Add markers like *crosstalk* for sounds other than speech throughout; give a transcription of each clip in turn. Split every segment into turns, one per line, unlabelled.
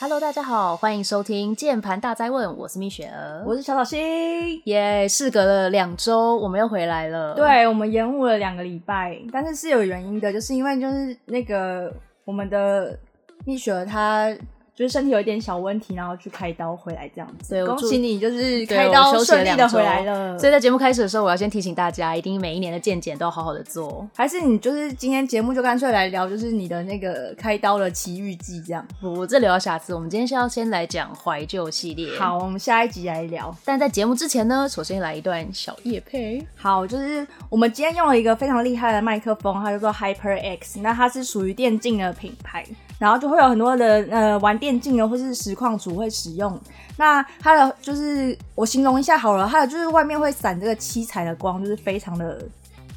Hello，大家好，欢迎收听《键盘大灾问》，我是蜜雪儿，
我是小小新。
耶事隔了两周，我们又回来了。，
对我们延误了两个礼拜，但是是有原因的，就是因为就是那个我们的蜜雪儿她就是身体有一点小问题，然后去开刀回来这样子。
对我
恭
祝
喜你，就是
对
开
我
刀
休息了
顺利的
两周
回来了。
所以在节目开始的时候，我要先提醒大家，一定每一年的健检都要好好的做。
还是你就是今天节目就干脆来聊，就是你的那个开刀的奇遇记这样。
不，我这留到下次。我们今天是要先来讲怀旧系列。，
好，我们下一集来聊。
但在节目之前呢，首先来一段小夜配。
好，就是我们今天用了一个非常厉害的麦克风，它叫做 HyperX，那它是属于电竞的品牌，然后就会有很多的呃玩电竞的或是实况组会使用。那它的就是我形容一下好了，它的就是外面会闪这个七彩的光，就是非常的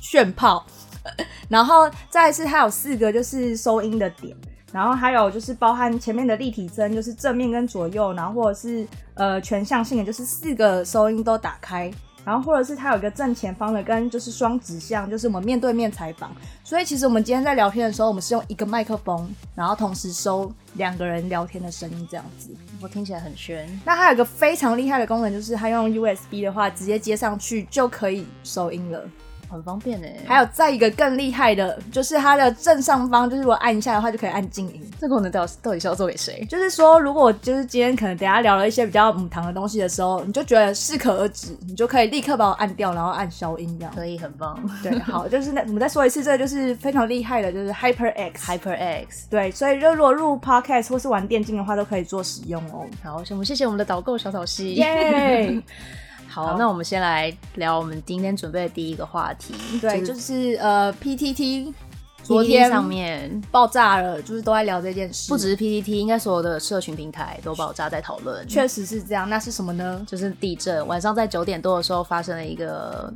炫炮。 *laughs* 然后再来是它有四个就是收音的点，然后还有就是包含前面的立体声，就是正面跟左右，然后或者是呃全向性的，就是四个收音都打开。然后或者是它有一个正前方的跟就是双指向，就是我们面对面采访。所以其实我们今天在聊天的时候，我们是用一个麦克风，然后同时收两个人聊天的声音这样子。
我听起来很炫，
那它有一个非常厉害的功能，就是它用 USB 的话直接接上去就可以收音了。
很方便呢。
还有再一个更厉害的，就是它的正上方，就是我按一下的话就可以按静音。
这个功能到底到底是要做给谁？
就是说，如果就是今天可能等一下聊了一些比较母堂的东西的时候，你就觉得适可而止，你就可以立刻把我按掉，然后按消音这样。
可以，很棒。
对，好，就是那我们再说一次，这个就是非常厉害的，就是 HyperX。
HyperX。
对，所以就如果录 podcast 或是玩电竞的话，都可以做使用哦。
好，我们谢谢我们的导购小草溪。
*laughs* 耶！
*laughs* 好，那我们先来聊我们今天准备的第一个话题，
*laughs* 对，就是呃，PTT 昨
昨
天
天上面。
爆炸了，就是都在聊这件事，
不只是 PPT，应该所有的社群平台都爆炸在讨论，
确实是这样。那是什么呢？
就是地震。晚上在九点多的时候发生了一个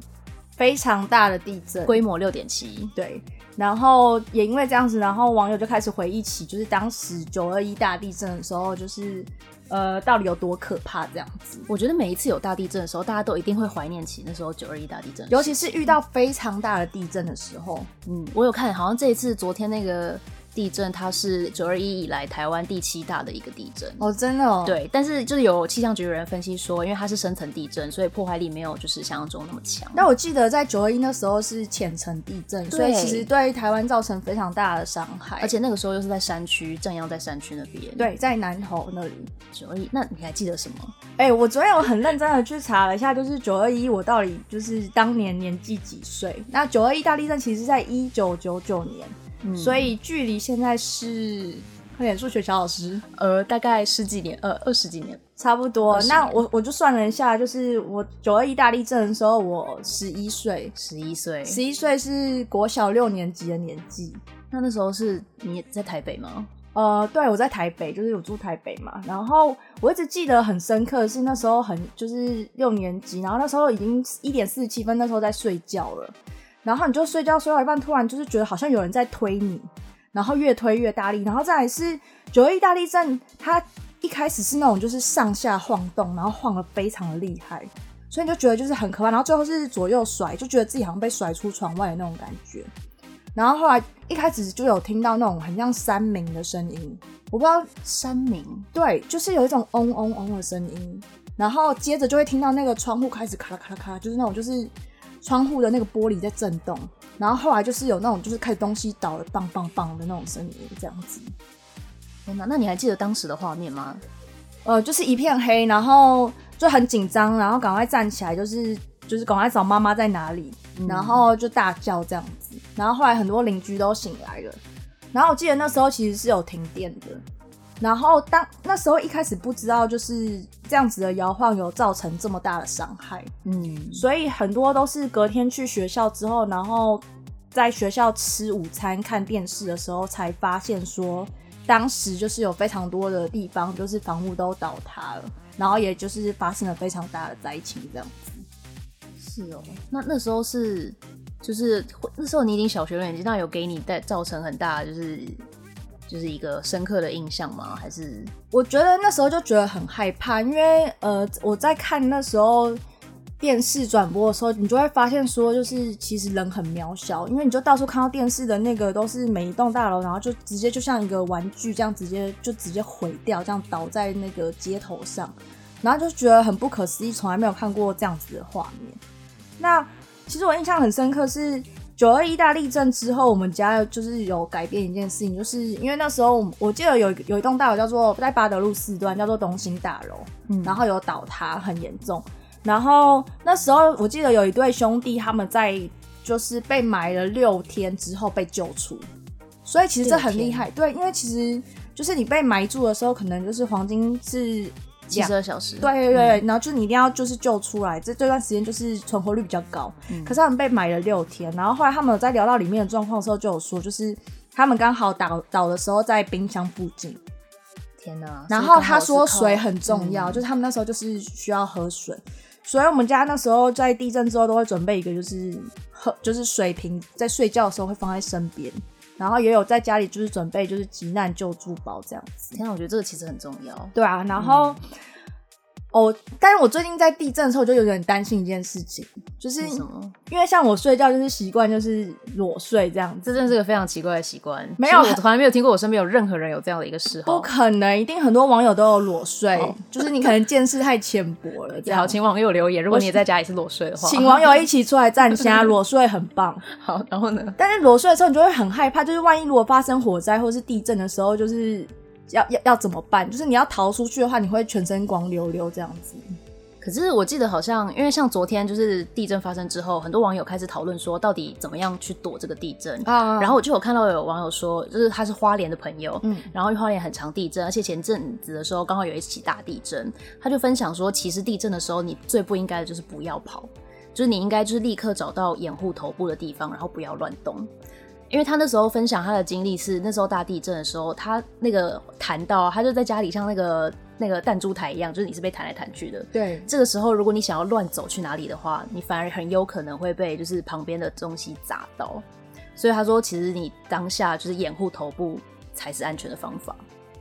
非常大的地震，
规模六点七，
对，然后也因为这样子，然后网友就开始回忆起，就是当时九二一大地震的时候，就是呃，到底有多可怕这样子。
我觉得每一次有大地震的时候，大家都一定会怀念起那时候九二一大地震。
尤其是遇到非常大的地震的时候，
嗯，我有看，好像这一次昨天那个地震，它是九二一以来台湾第七大的一个地震。
哦，真的哦，，
对，但是就是有气象局的人分析说，因为它是深层地震，所以破坏力没有就是想象中那么强。
但我记得在九二一那时候是浅层地震，所
对
以其实对台湾造成非常大的伤害，
而且那个时候又是在山区，正央在山区那边。，
对在南投那里。
九二一，那你还记得什么？
哎、我昨天我很认真的去查了一下，就是九二一我到底就是当年年纪几岁？那九二一大地震其实是在一九九九年，
嗯
所以距离现在是快点数学小老师
呃，大概十几年，呃，二十几年，
差不多
二。十年
那我我就算了一下，就是我九二一大地震的时候，我十一岁，
十一岁。
十一岁是国小六年级的年纪。
那那时候是你也在台北吗？
呃，对，我在台北，就是我住台北嘛。然后我一直记得很深刻，是那时候很就是六年级，然后那时候已经一点四十七分，那时候在睡觉了。然后你就睡觉睡到一半，突然就是觉得好像有人在推你，然后越推越大力，然后再来是九二一大地震，它一开始是那种就是上下晃动，然后晃的非常的厉害，所以你就觉得就是很可怕，然后最后是左右甩，就觉得自己好像被甩出窗外的那种感觉。然后后来一开始就有听到那种很像山鸣的声音，我不知道，
山明，
对，就是有一种嗡嗡嗡的声音，然后接着就会听到那个窗户开始咔啦咔啦咔啦，就是那种就是窗户的那个玻璃在震动，然后后来就是有那种就是开始东西倒了棒棒棒的那种声音，这样子，
天哪！那你还记得当时的画面吗？
呃，就是一片黑，然后就很紧张，然后赶快站起来，就是就是赶快找妈妈在哪里，然后就大叫这样子，然后后来很多邻居都醒来了，然后我记得那时候其实是有停电的，然后当那时候一开始不知道就是这样子的摇晃有造成这么大的伤害，
嗯，
所以很多都是隔天去学校之后，然后在学校吃午餐、看电视的时候才发现说，当时就是有非常多的地方就是房屋都倒塌了，然后也就是发生了非常大的灾情这样。
是哦。那那时候是，就是会那时候你已经小学六年级，那有给你带造成很大的就是就是一个深刻的印象吗？还是
我觉得那时候就觉得很害怕，因为呃，我在看那时候电视转播的时候，你就会发现说，就是其实人很渺小，因为你就到处看到电视的那个都是每一栋大楼，然后就直接就像一个玩具这样，直接就直接毁掉，这样倒在那个街头上，然后就觉得很不可思议，从来没有看过这样子的画面。那其实我印象很深刻是九二一大地震之后，我们家就是有改变一件事情，就是因为那时候我我记得有一有一栋大楼叫做在八德路四段叫做东兴大楼，
嗯
然后有倒塌，很严重。然后那时候我记得有一对兄弟，他们在就是被埋了六天之后被救出，所以其实这很厉害。对，因为其实就是你被埋住的时候，可能就是黄金是
七
两
十二小时，
对对对，然后就是你一定要就是救出来，这这段时间就是存活率比较高。可是他们被埋了六天，然后后来他们有在聊到里面的状况的时候，就有说就是他们刚好倒倒的时候在冰箱附近，
天哪！所以
然
刚
后
好
他
是
说
靠
水很重要，就是他们那嗯时候就是需要喝水，所以我们家那时候在地震之后都会准备一个就是喝就是水瓶，在睡觉的时候会放在身边，然后也有在家里就是准备就是急难救助包这样子。
天哪，我觉得这个其实很重要。
对啊，然后、哦，但是我最近在地震的时候，我就有点担心一件事情，就是
为什么？
因为像我睡觉就是习惯就是裸睡这样子，
这真的是个非常奇怪的习惯。
没有
其实我从来没有听过我身边有任何人有这样的一个嗜
不
好。
可能，一定很多网友都有裸睡，
哦
就是你可能见识太浅薄了这
好，
样。
请网友留言，如果你也在家里是裸睡的话，
请网友一起出来站虾，裸睡很棒。
*laughs* 好，然后呢？
但是裸睡的时候，你就会很害怕，就是万一如果发生火灾或是地震的时候，就是要要要怎么办？就是你要逃出去的话，你会全身光溜溜这样子。
可是我记得好像，因为像昨天就是地震发生之后，很多网友开始讨论说，到底怎么样去躲这个地震。
啊
然后我就有看到有网友说，就是他是花莲的朋友，
嗯
然后因为花莲很常地震，而且前阵子的时候刚好有一起大地震，他就分享说，其实地震的时候你最不应该的就是不要跑，就是你应该就是立刻找到掩护头部的地方，然后不要乱动。因为他那时候分享他的经历是，那时候大地震的时候，他那个弹到啊，他就在家里像那个那个弹珠台一样，就是你是被弹来弹去的，
对，
这个时候，如果你想要乱走去哪里的话，你反而很有可能会被就是旁边的东西砸到。所以他说，其实你当下就是掩护头部才是安全的方法。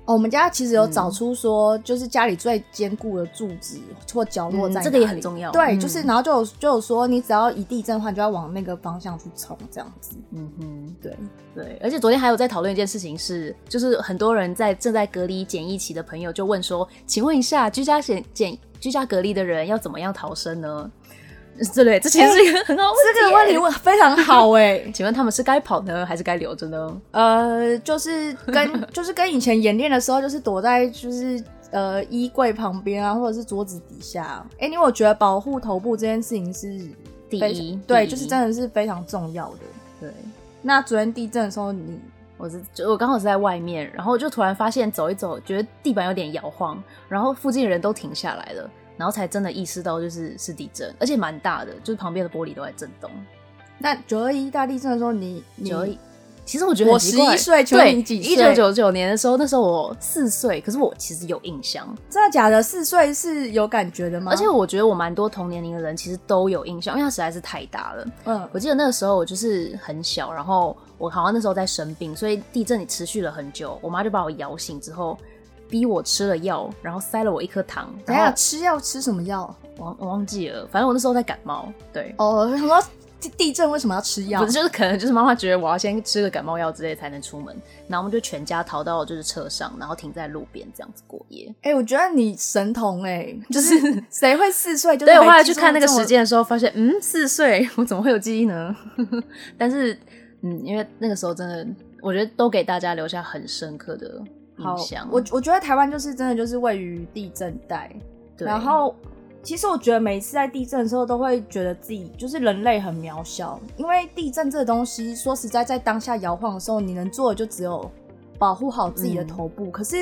哦，我们家其实有
嗯
找出说，就是家里最坚固的柱子或角落
嗯
在、
这个也很重要
对，
嗯
就是然后就有就有说，你只要一地震的话，你就要往那个方向去冲，这样子。
嗯哼，
对，
对。而且昨天还有在讨论一件事情是，就是很多人在正在隔离检疫期的朋友就问说，请问一下，居家检检居家隔离的人要怎么样逃生 *laughs* 呢？对哦对，这其实是一个很好的问题。
这个问题问非常 *laughs* 好哎、
*laughs* 请问他们是该跑呢，还是该留着呢？
呃，就是跟就是跟以前演练的时候，就是躲在就是呃衣柜旁边啊，或者是桌子底下、哎、因为我觉得保护头部这件事情是
第
非
一
对，
第一
就是真的是非常重要的。
对。
那昨天地震的时候，你
我是就我刚好是在外面，然后我就突然发现走一走，觉得地板有点摇晃，然后附近的人都停下来了，然后才真的意识到就是是地震，而且蛮大的，就是旁边的玻璃都在震动。
那九二一大地震的时候你，你
九一，其实我觉得很奇怪
我11岁请问
对，
你几
一
岁
九九九年的时候，那时候我四岁，可是我其实有印象，
真的假的？四岁是有感觉的吗？
而且我觉得我蛮多同年龄的人其实都有印象，因为它实在是太大了。
嗯，
我记得那个时候我就是很小，然后我好像那时候在生病，所以地震也持续了很久。我妈就把我摇醒之后，逼我吃了药，然后塞了我一颗糖，
等一
然
下
后
吃药吃什么药？
我忘我忘记了，反正我那时候在感冒，对。
哦，他说地地震为什么要吃药
不是，？就是可能就是妈妈觉得我要先吃个感冒药之类才能出门，然后我们就全家逃到就是车上，然后停在路边这样子过夜。
哎、我觉得你神童哎、就是 *laughs* 谁会四岁？就是
对我后
还
来
记
去
住
看那个
这么
时，间的时候，发现嗯四岁， *laughs* 我怎么会有记忆呢？ *laughs* 但是嗯，因为那个时候真的，我觉得都给大家留下很深刻的
好
印象。，
我我觉得台湾就是真的就是位于地震带，
对
然后其实我觉得每一次在地震的时候，都会觉得自己就是人类很渺小，因为地震这个东西，说实在，在当下摇晃的时候，你能做的就只有保护好自己的头
嗯
部。可是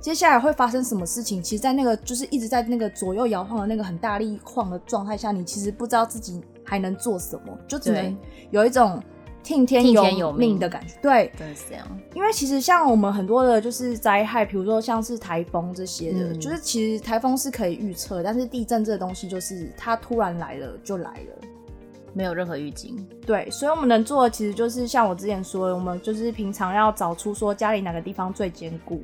接下来会发生什么事情？其实，在那个就是一直在那个左右摇晃的那个很大力晃的状态下，你其实不知道自己还能做什么，就只能
对
有一种听天
听天
由
由
命
命
的感觉。对，
真的是这样，
因为其实像我们很多的就是灾害，比如说像是台风这些的，
嗯
就是其实台风是可以预测，但是地震这个东西就是它突然来了就来了。
没有任何预警。
对，所以我们能做的其实就是像我之前说的，我们就是平常要找出说家里哪个地方最坚固，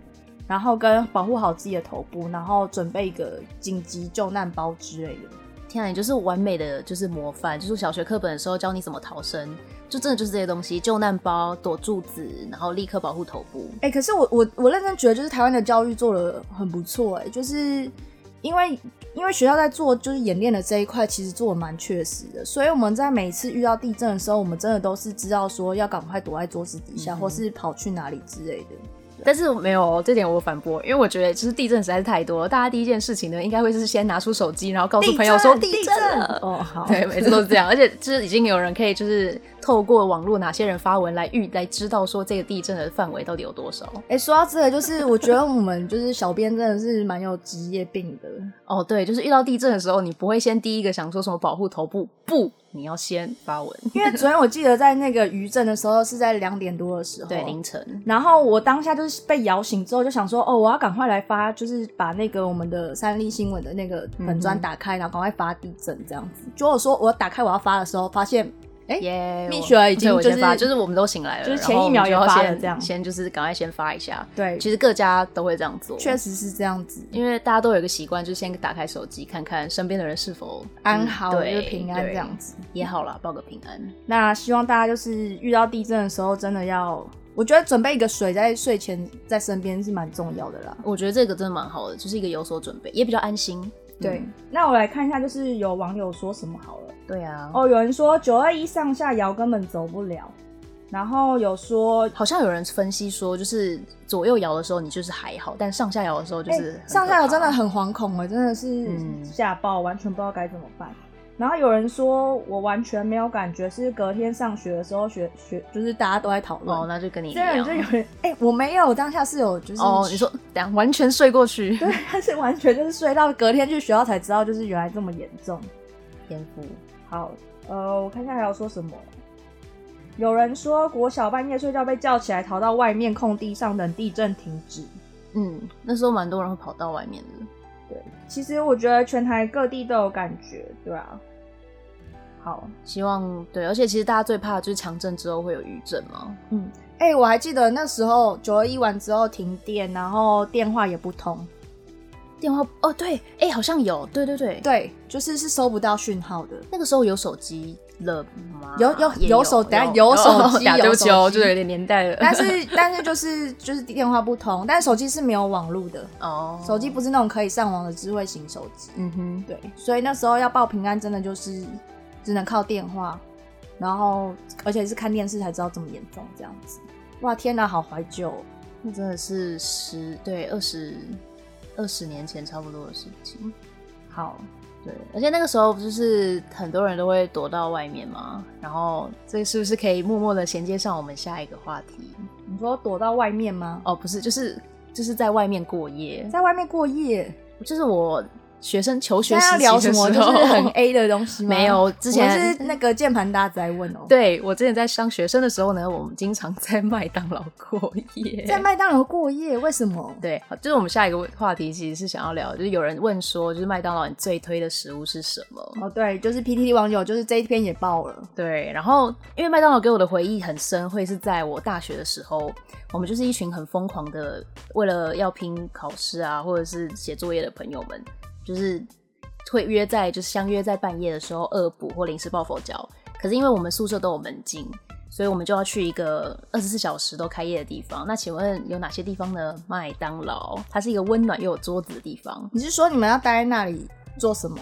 然后跟保护好自己的头部，然后准备一个紧急救难包之类的。
天啊，你就是完美的就是模范，就是小学课本的时候教你怎么逃生，就真的就是这些东西，救难包、躲柱子，然后立刻保护头部。
哎、可是我我我认真觉得，就是台湾的教育做的很不错，哎，就是因为因为学校在做就是演练的这一块，其实做的蛮确实的，所以我们在每次遇到地震的时候，我们真的都是知道说要赶快躲在桌子底下，
嗯哼
或是跑去哪里之类的。
但是没有哦这点我反驳，因为我觉得就是地震实在是太多了，大家第一件事情呢，应该会是先拿出手机，然后告诉朋友说
地
地
震
震了。
哦，好，
对，每次都是这样，而且就是已经有人可以就是透过网络哪些人发文来预来知道说这个地震的范围到底有多少。
哎、说到这个，就是我觉得我们就是小编真的是蛮有职业病的。
哦，对，就是遇到地震的时候，你不会先第一个想说什么保护头部，不，你要先发文。
因为昨天我记得在那个余震的时候是在两点多的时候，
对，凌晨。
然后我当下就是被摇醒之后，就想说，哦，我要赶快来发，就是把那个我们的三立新闻的那
嗯
个本专打开，然后赶快发地震这样子。结果我说我打开我要发的时候，发现哎
耶！
蜜
我
雪儿已经
对我先
就是
发就是我们都醒来了，
就是
然
前一
后我
秒
们
也
就要
发了
先
这样
先就是赶快先发一下。
对，
其实嗯各家都会这样做，
确实是这样子。
因为大家都有一个习惯，就是先打开手机看看身边的人是否
安好，
嗯
就是
对，
平安这样
子
子。
也好啦，报个平安。
那希望大家就是遇到地震的时候，真的要，我觉得准备一个水在睡前在身边是蛮重要的啦。
我觉得这个真的蛮好的，就是一个有所准备，也比较安心。
对
嗯，
那我来看一下，就是有网友说什么好了。
对啊，
哦，有人说九二一上下摇根本走不了，然后有说
好像有人分析说，就是左右摇的时候你就是还好，但上下摇的时候就
哎，
是、
上下游真的。很惶恐哎、真的是
嗯
吓爆，完全不知道该怎么办。然后有人说我完全没有感觉，是隔天上学的时候学学，就是大家都在讨论。
哦，那就跟你一
真的就
样。
有人哎、我没有，我当下是有就是
哦，
*laughs*
你说等一下完全睡过去，
对，他是完全就是睡到隔天去学校才知道，就是原来这么严重。
天赋
好，呃，我看一下还有说什么。有人说国小半夜睡觉被叫起来，逃到外面空地上等地震停止。
嗯，那时候蛮多人会跑到外面的。
其实我觉得全台各地都有感觉，对啊。好，
希望对，而且其实大家最怕的就是强震之后会有余震嘛。
嗯，哎、我还记得那时候九二一完之后停电，然后电话也不通，
电话哦，对，哎、好像有，对对对，
对，就是是收不到讯号 *laughs* 的。
那个时候有手机了吗？
有有
也哦
有手等下有手机
*laughs* 打对
有
不
手
起哦，
机
就是有点年代了。
但是但是就是就是电话不通，但手机是没有网路的，
哦，
手机不是那种可以上网的智慧型手机，
嗯哼，
对，所以那时候要报平安真的就是只能靠电话，然后而且是看电视才知道这么严重这样子。哇，天哪，好怀旧哦、
那真的是十对二十二十年前差不多的事情。
好，
对，而且那个时候不就是很多人都会躲到外面嘛，然后这是不是可以默默的衔接上我们下一个话题？
你说躲到外面吗？
哦，不是，就是就是在外面过夜，
在外面过夜，
就是我学生求学
现在
时
要
期的
聊什么？
时
就
候
是
*laughs*
很 A 的东西吗？
没有，之前
我们是那个键盘大在问哦、，
对我之前在上学生的时候呢，我们经常在麦当劳过夜。
在麦当劳过夜，为什么？
对，好，就是我们下一个问话题，其实是想要聊，就是有人问说，就是麦当劳你最推的食物是什么？
哦，对，就是 PTT 网友，就是这一篇也爆了。
对，然后因为麦当劳给我的回忆很深，会是在我大学的时候，我们就是一群很疯狂的，为了要拼考试啊，或者是写作业的朋友们，就是会约在就是相约在半夜的时候恶补或临时抱佛脚。可是因为我们宿舍都有门禁，所以我们就要去一个二十四小时都开业的地方。那请问有哪些地方呢？麦当劳，它是一个温暖又有桌子的地方，
你是说你们要待在那里做什么？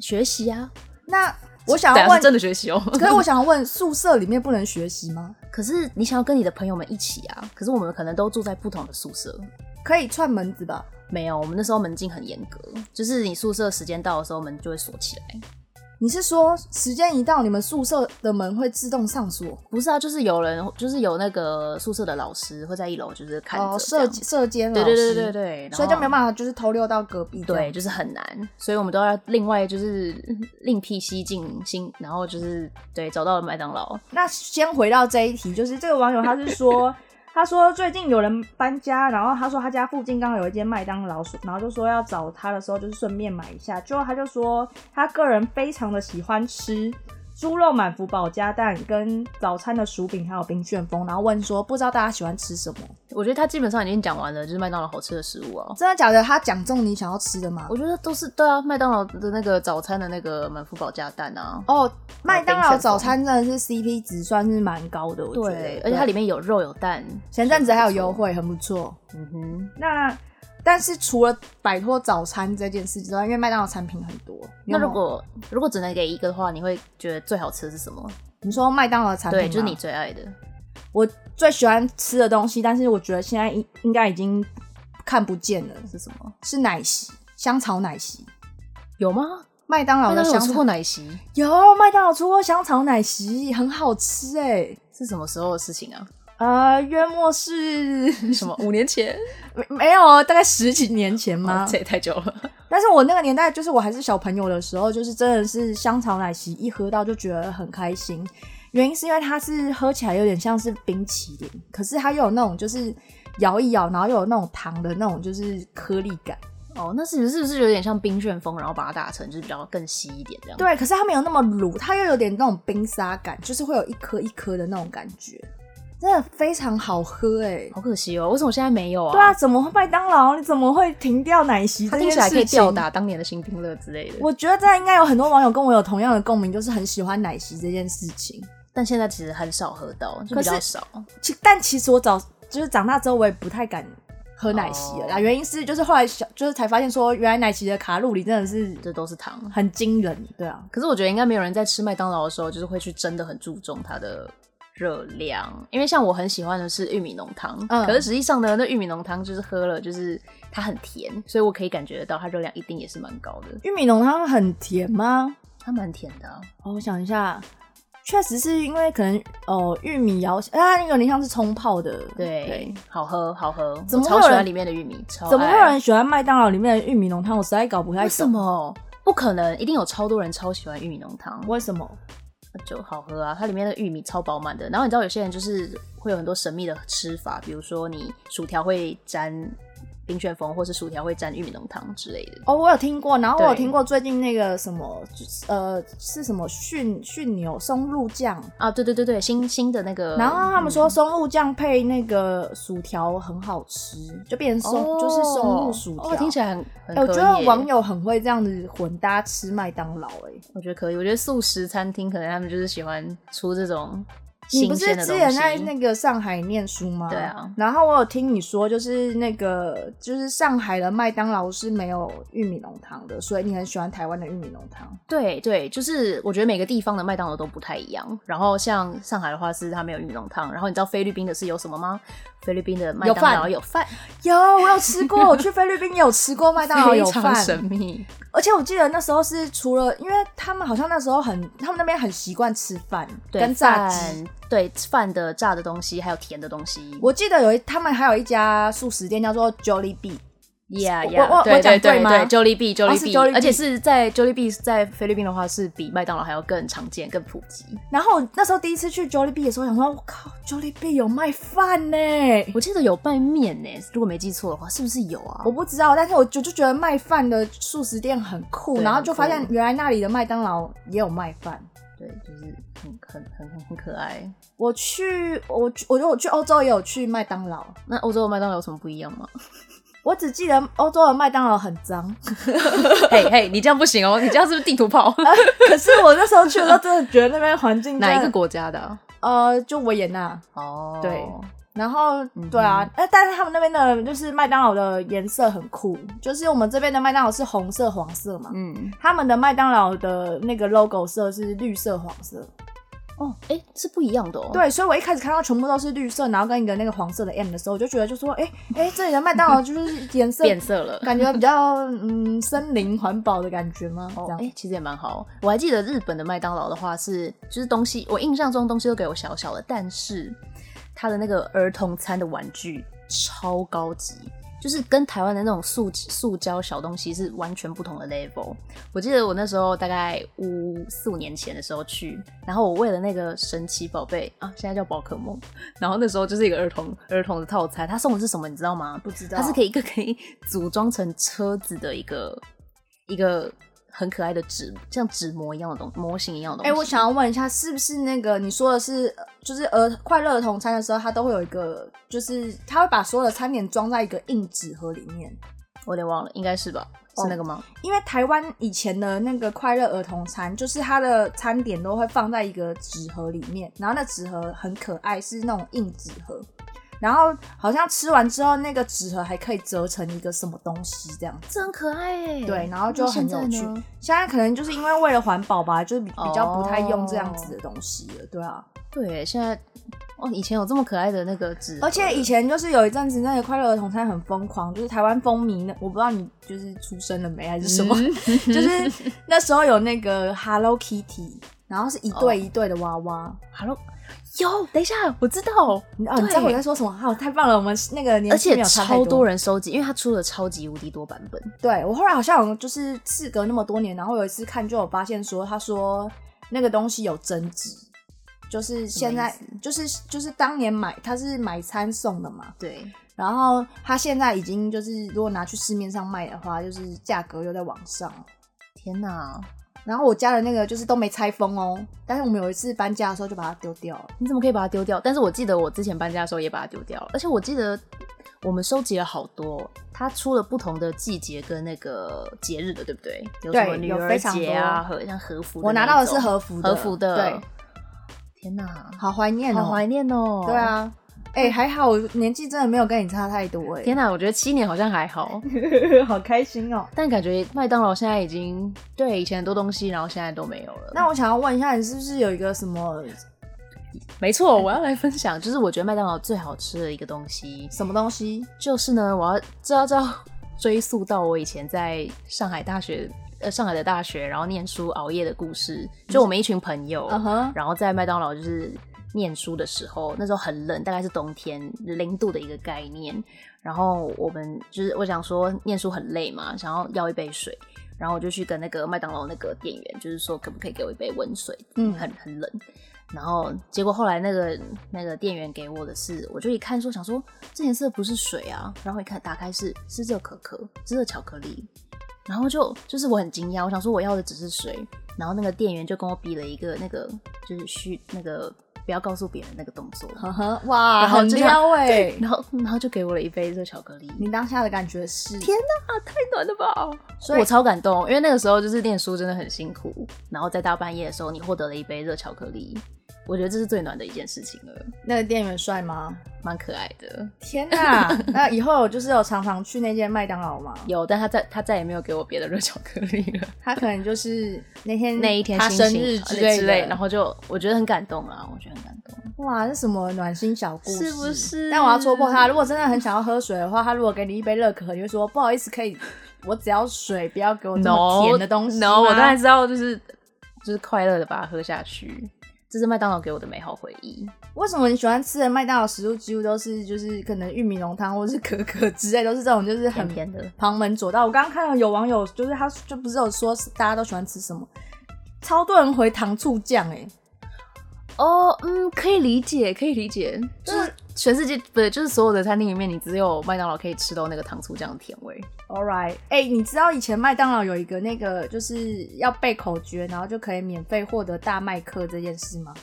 学习啊。
那我想
对
要
啊
问
是，真的学习哦。
可是我想要问，宿舍里面不能学习吗？
*laughs* 可是你想要跟你的朋友们一起啊，可是我们可能都住在不同的宿舍。
可以串门子吧？
没有，我们那时候门禁很严格，就是你宿舍时间到的时候门就会锁起来。
你是说时间一到，你们宿舍的门会自动上锁？
不是啊，就是有人，就是有那个宿舍的老师会在一楼，就是看着
哦，
这样、
射射监老
对
师，
对对对对，然后
所以就没有办法，就是偷溜到隔壁这样。
对，就是很难，所以我们都要另外就是另辟蹊径，新然后就是对找到了麦当劳，
那先回到这一题，就是这个网友他是说， *laughs* 他说最近有人搬家，然后他说他家附近刚好有一间麦当劳，然后就说要找他的时候就是顺便买一下，结果他就说他个人非常的喜欢吃。猪肉满福宝加蛋跟早餐的薯饼还有冰旋风，然后问说不知道大家喜欢吃什么？
我觉得他基本上已经讲完了，就是麦当劳好吃的食物哦。
真的假的？他讲中你想要吃的吗？
我觉得都是对啊，麦当劳的那个早餐的那个满福宝加蛋啊，
哦，麦当劳早餐真的是 CP 值算是蛮高的，我觉得。
而且它里面有肉有蛋，
前阵子还有优惠，很不错。
嗯哼，
那但是除了摆脱早餐这件事之外，因为麦当劳产品很多，你
那
有没有
如果如果只能给一个的话，你会觉得最好吃的是什么？
你说麦当劳产品吗，
对，就是你最爱的。
我最喜欢吃的东西，但是我觉得现在应应该已经看不见了，
是什么？
是奶昔，香草奶昔。
有吗？
麦当劳
麦
的
当劳
香
有出
草
过奶昔
有麦当劳出过香草奶昔，很好吃哎、
*laughs* 是什么时候的事 *laughs* 情啊？
呃，约莫是
什么？五年前？
没没有，哦大概十几年前吗？
这也太久了。
但是我那个年代，就是我还是小朋友的时候，就是真的是香草奶昔一喝到就觉得很开心。原因是因为它是喝起来有点像是冰淇淋，可是它又有那种就是摇一摇，然后又有那种糖的那种就是颗粒感。
哦，那是是不是有点像冰旋风，然后把它打成就是比较更稀一点这样？，
对，可是它没有那么乳，它又有点那种冰沙感，就是会有一颗一颗的那种感觉，真的非常好喝哎、
好可惜哦，为什么现在没有啊？
对啊，，怎么会麦当劳？你怎么会停掉奶昔
它
这
听
件
起来可
事
以吊
情？
打当年的新冰乐之类的。
我觉得这应该有很多网友跟我有同样的共鸣，就是很喜欢奶昔这件事情。
但现在其实很少喝到，就
可
比
是
较少。
其但其实我早就是长大之后，我也不太敢喝奶昔了啦。
哦
原因是就是后来小就是才发现说，原来奶昔的卡路里真的是
这都是糖。
很惊人，对啊。
可是我觉得应该没有人在吃麦当劳的时候，就是会去真的很注重它的热量，因为像我很喜欢的是玉米浓汤，
嗯
可是实际上呢，那玉米浓汤就是喝了就是它很甜，所以我可以感觉得到它热量一定也是蛮高的，
玉米浓汤很甜吗？
它蛮甜的、啊。
哦，我想一下，确实是因为可能哦，玉米摇，它那个有点像是冲泡的，
对，好喝好喝，
怎么
我
会有
超喜欢
人
里面的玉米，超
怎么会
爱
有人喜欢麦当劳里面的玉米浓汤？我实在搞不太
哦哎为
懂
什。么？不可能，一定有超多人超喜欢玉米浓汤，
为什么？
就好喝啊！它里面的玉米超饱满的。然后你知道有些人就是会有很多神秘的吃法，比如说你薯条会沾冰旋风，或是薯条会沾玉米浓汤之类的。
哦，我有听过，然后我有
对
听过最近那个什么，就是呃，是什么驯驯牛松露酱，
啊，对对对对，新新的那个，
然后他们
嗯
说松露酱配那个薯条很好吃，就变成松、就是松露薯条、
哦，听起来很很
哎、
可以耶、
我觉得网友很会这样子混搭吃麦当劳、哎，
我觉得可以，我觉得素食餐厅可能他们就是喜欢出这种
你
新
不是
鲜的
之
东
前
西。
在那个上海念书吗？
对啊。
然后我有听你说，就是那个就是上海的麦当劳是没有玉米浓汤的，所以你很喜欢台湾的玉米浓汤。
对对，就是我觉得每个地方的麦当劳都不太一样。然后像上海的话是它没有玉米浓汤，然后你知道菲律宾的是有什么吗？菲律宾的麦
有
当劳
饭
有饭，
有，我有吃过，我去菲律宾也有吃过麦当劳
*laughs*
有
非常
饭，
神秘。
而且我记得那时候是除了，因为他们好像那时候很，他们那边很习惯吃饭
对
跟炸鸡。
饭对饭的炸的东西，还有甜的东西。
我记得有一，他们还有一家素食店叫做 Jollibee，
呀
我
呀，
我我
对
讲
对
对
对
吗
对，Jollibee
哦是 Jollibee
Jollibee，而且是在 Jollibee 在菲律宾的话是比麦当劳还要更常见、更普及。
然后我那时候第一次去 Jollibee 的时候，想说，我靠，Jollibee 有卖饭呢、
我记得有拌面呢，如果没记错的话，是不是有啊
我？不知道，但是我就就觉得卖饭的素食店很酷，
对
然后就
很酷
发现原来那里的麦当劳也有卖饭。
对，就是很很很很很可爱。
我去，我去我觉得我去欧洲也有去麦当劳，
那欧洲的麦当劳有什么不一样吗？
我只记得欧洲的麦当劳很脏，
*laughs*
*laughs*
嘿嘿，你这样不行哦，你这样是不是地图炮？
可是我那时候去的时候，真的觉得那边环境真
*laughs*
的
哪一个？国家的啊？
呃，就维也纳。
哦，
对然后
嗯哼
对啊，呃，但是他们那边的就是麦当劳的颜色很酷，就是我们这边的麦当劳是红色、黄色嘛，
嗯，
他们的麦当劳的那个 logo 色是绿色、黄色。
哦，哎，是不一样的哦。，
对，所以我一开始看到全部都是绿色，然后跟一个那个黄色的 M 的时候，我就觉得就说，哎、哎、这里的麦当劳就是颜色
变色了。
感觉比较嗯森林环保的感觉吗？这
哦，
样
哎、其实也蛮好。我还记得日本的麦当劳的话是，就是东西，我印象中东西都给我小小的，但是它的那个儿童餐的玩具超高级，就是跟台湾的那种塑塑胶小东西是完全不同的 level。我记得我那时候大概五四五年前的时候去，然后我为了那个神奇宝贝啊，现在叫宝可梦，然后那时候就是一个儿童儿童的套餐，它送的是什么你知道吗？
不知道
它是可
以
以一个可以组装成车子的一个一个很可爱的纸，像纸模一样的东模型一样的
哎、
东西。
我想要问一下，是不是那个你说的是，呃就是儿快乐儿童餐的时候，它都会有一个，就是它会把所有的餐点装在一个硬纸盒里面。
我有点忘了，应该是吧？
哦
是那个吗？
因为台湾以前的那个快乐儿童餐，就是它的餐点都会放在一个纸盒里面，然后那纸盒很可爱，是那种硬纸盒，然后好像吃完之后，那个纸盒还可以折成一个什么东西这样子。
这很可爱哎、
对，然后就
那
很
现在
有趣。
呢
现在可能就是因为为了环保吧，就是比
哦
比较不太用这样子的东西了，对啊。
对，现在哦，以前有这么可爱的那个纸，
而且以前就是有一阵子那个快乐儿童餐很疯狂，就是台湾风靡那，我不知道你就是出生了没还是什么， *laughs* 就是那时候有那个 Hello Kitty，然后是一对一对的娃娃。哦
Hello，有，等一下，我知道，
你哦，你知道我在说什么？哦，太棒了，我们那个年
而
纪没
且
有差太
超多。人收集，因为它出了超级无敌多版本。
对我后来好像有就是事隔那么多年，然后有一次看就有发现说，他说那个东西有增值，就是现在
什
就是就是当年买他是买餐送的嘛，
对，
然后它现在已经就是，如果拿去市面上卖的话，就是价格又在往上。
天哪，
然后我家的那个就是都没拆封哦，但是我们有一次搬家的时候就把它丢掉了。
你怎么可以把它丢掉？但是我记得我之前搬家的时候也把它丢掉了，而且我记得我们收集了好多，它出了不同的季节跟那个节日的，对不对？有
对
什么女
有
儿
非常
节啊，
多
和像和服那种，
我拿到的是和服的，
和服的，
对，，
天哪，
好怀念哦，
好怀念哦，
对。啊，哎、还好我年纪真的没有跟你差太多哎、
天哪，我觉得七年好像还好，
哪， *laughs* 好开心哦。
但感觉麦当劳现在已经对以前很多东西，然后现在都没有了。
那我想要问一下，你是不是有一个什么
没错，我要来分享，就是我觉得麦当劳最好吃的一个东西，
什么东西？
就是呢，我要这要这要追溯到我以前在上海大学，呃，上海的大学，然后念书熬夜的故事。就我们一群朋友，
嗯哼，
然后在麦当劳就是念书的时候，那时候很冷，大概是冬天零度的一个概念。然后我们就是我想说念书很累嘛，想要要一杯水，然后我就去跟那个麦当劳那个店员，就是说可不可以给我一杯温水，
嗯
很很冷。然后结果后来那个那个店员给我的是，我就一看说想说这颜色不是水啊，然后一看打开是是热可可，是热巧克力，然后就就是我很惊讶，我想说我要的只是水，然后那个店员就跟我比了一个那个就是虚那个不要告诉别人那个动作，
呵呵，嗯哇，
然后
很
这样
撩哎、
然后然后就给我了一杯热巧克力，
你当下的感觉是？
天啊，太暖了吧！
所以
我超感动，因为那个时候就是念书真的很辛苦，然后在大半夜的时候，你获得了一杯热巧克力，我觉得这是最暖的一件事情了，
那个店员帅吗？
蛮可爱的。
天呐，
*laughs*
那以后就是有常常去那间麦当劳嘛，
有，但他再他再也没有给我别的热巧克力了。
他可能就是那
*laughs*
天
那一天
他
心
生
情
日
之
之类的
然后就我觉得很感动啊，我觉得很感动。
哇，这什么暖心小故事？
是不是
但我要戳破他，如果真的很想要喝水的话，他如果给你一杯热可可，你就说不好意思，可以，我只要水，不要给我那么甜的东西吗。
No，我当然知道，就是就是快乐的把它喝下去，这是麦当劳给我的美好回忆。
为什么你喜欢吃的麦当劳食物几乎都是就是可能玉米浓汤或是可可之类，都是这种就是很
甜甜的
旁门左道。我刚刚看到有网友就是他就不是有说大家都喜欢吃什么，超多人回糖醋酱哎、
哦，嗯，可以理解，可以理解，就是全世界不是就是所有的餐厅里面，你只有麦当劳可以吃到那个糖醋酱的甜味。
All right，哎、你知道以前麦当劳有一个那个就是要背口诀，然后就可以免费获得大麦克这件事吗？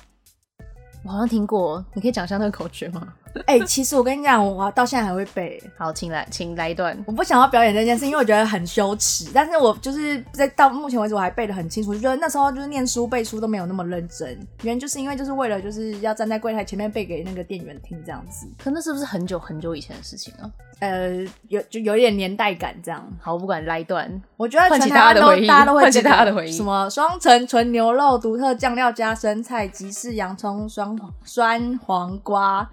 我好像听过，你可以讲一下那个口诀吗？
哎、其实我跟你讲，我到现在还会背。
好，请来，请来一段。
我不想要表演这件事，因为我觉得很羞耻。但是我就是在到目前为止，我还背得很清楚，就觉得那时候就是念书背书都没有那么认真，原因就是因为就是为了就是要站在柜台前面背给那个店员听这样子，
可那是不是很久很久以前的事情啊？
呃，有就有一点年代感这样。
好，我不管来一段，
我觉得
唤起
全台
大家
湾
的
都
回忆
大家都会
唤起
觉得
大家的回忆
什么双层纯牛肉、独特酱料加生菜、吉式洋葱、双酸黄瓜、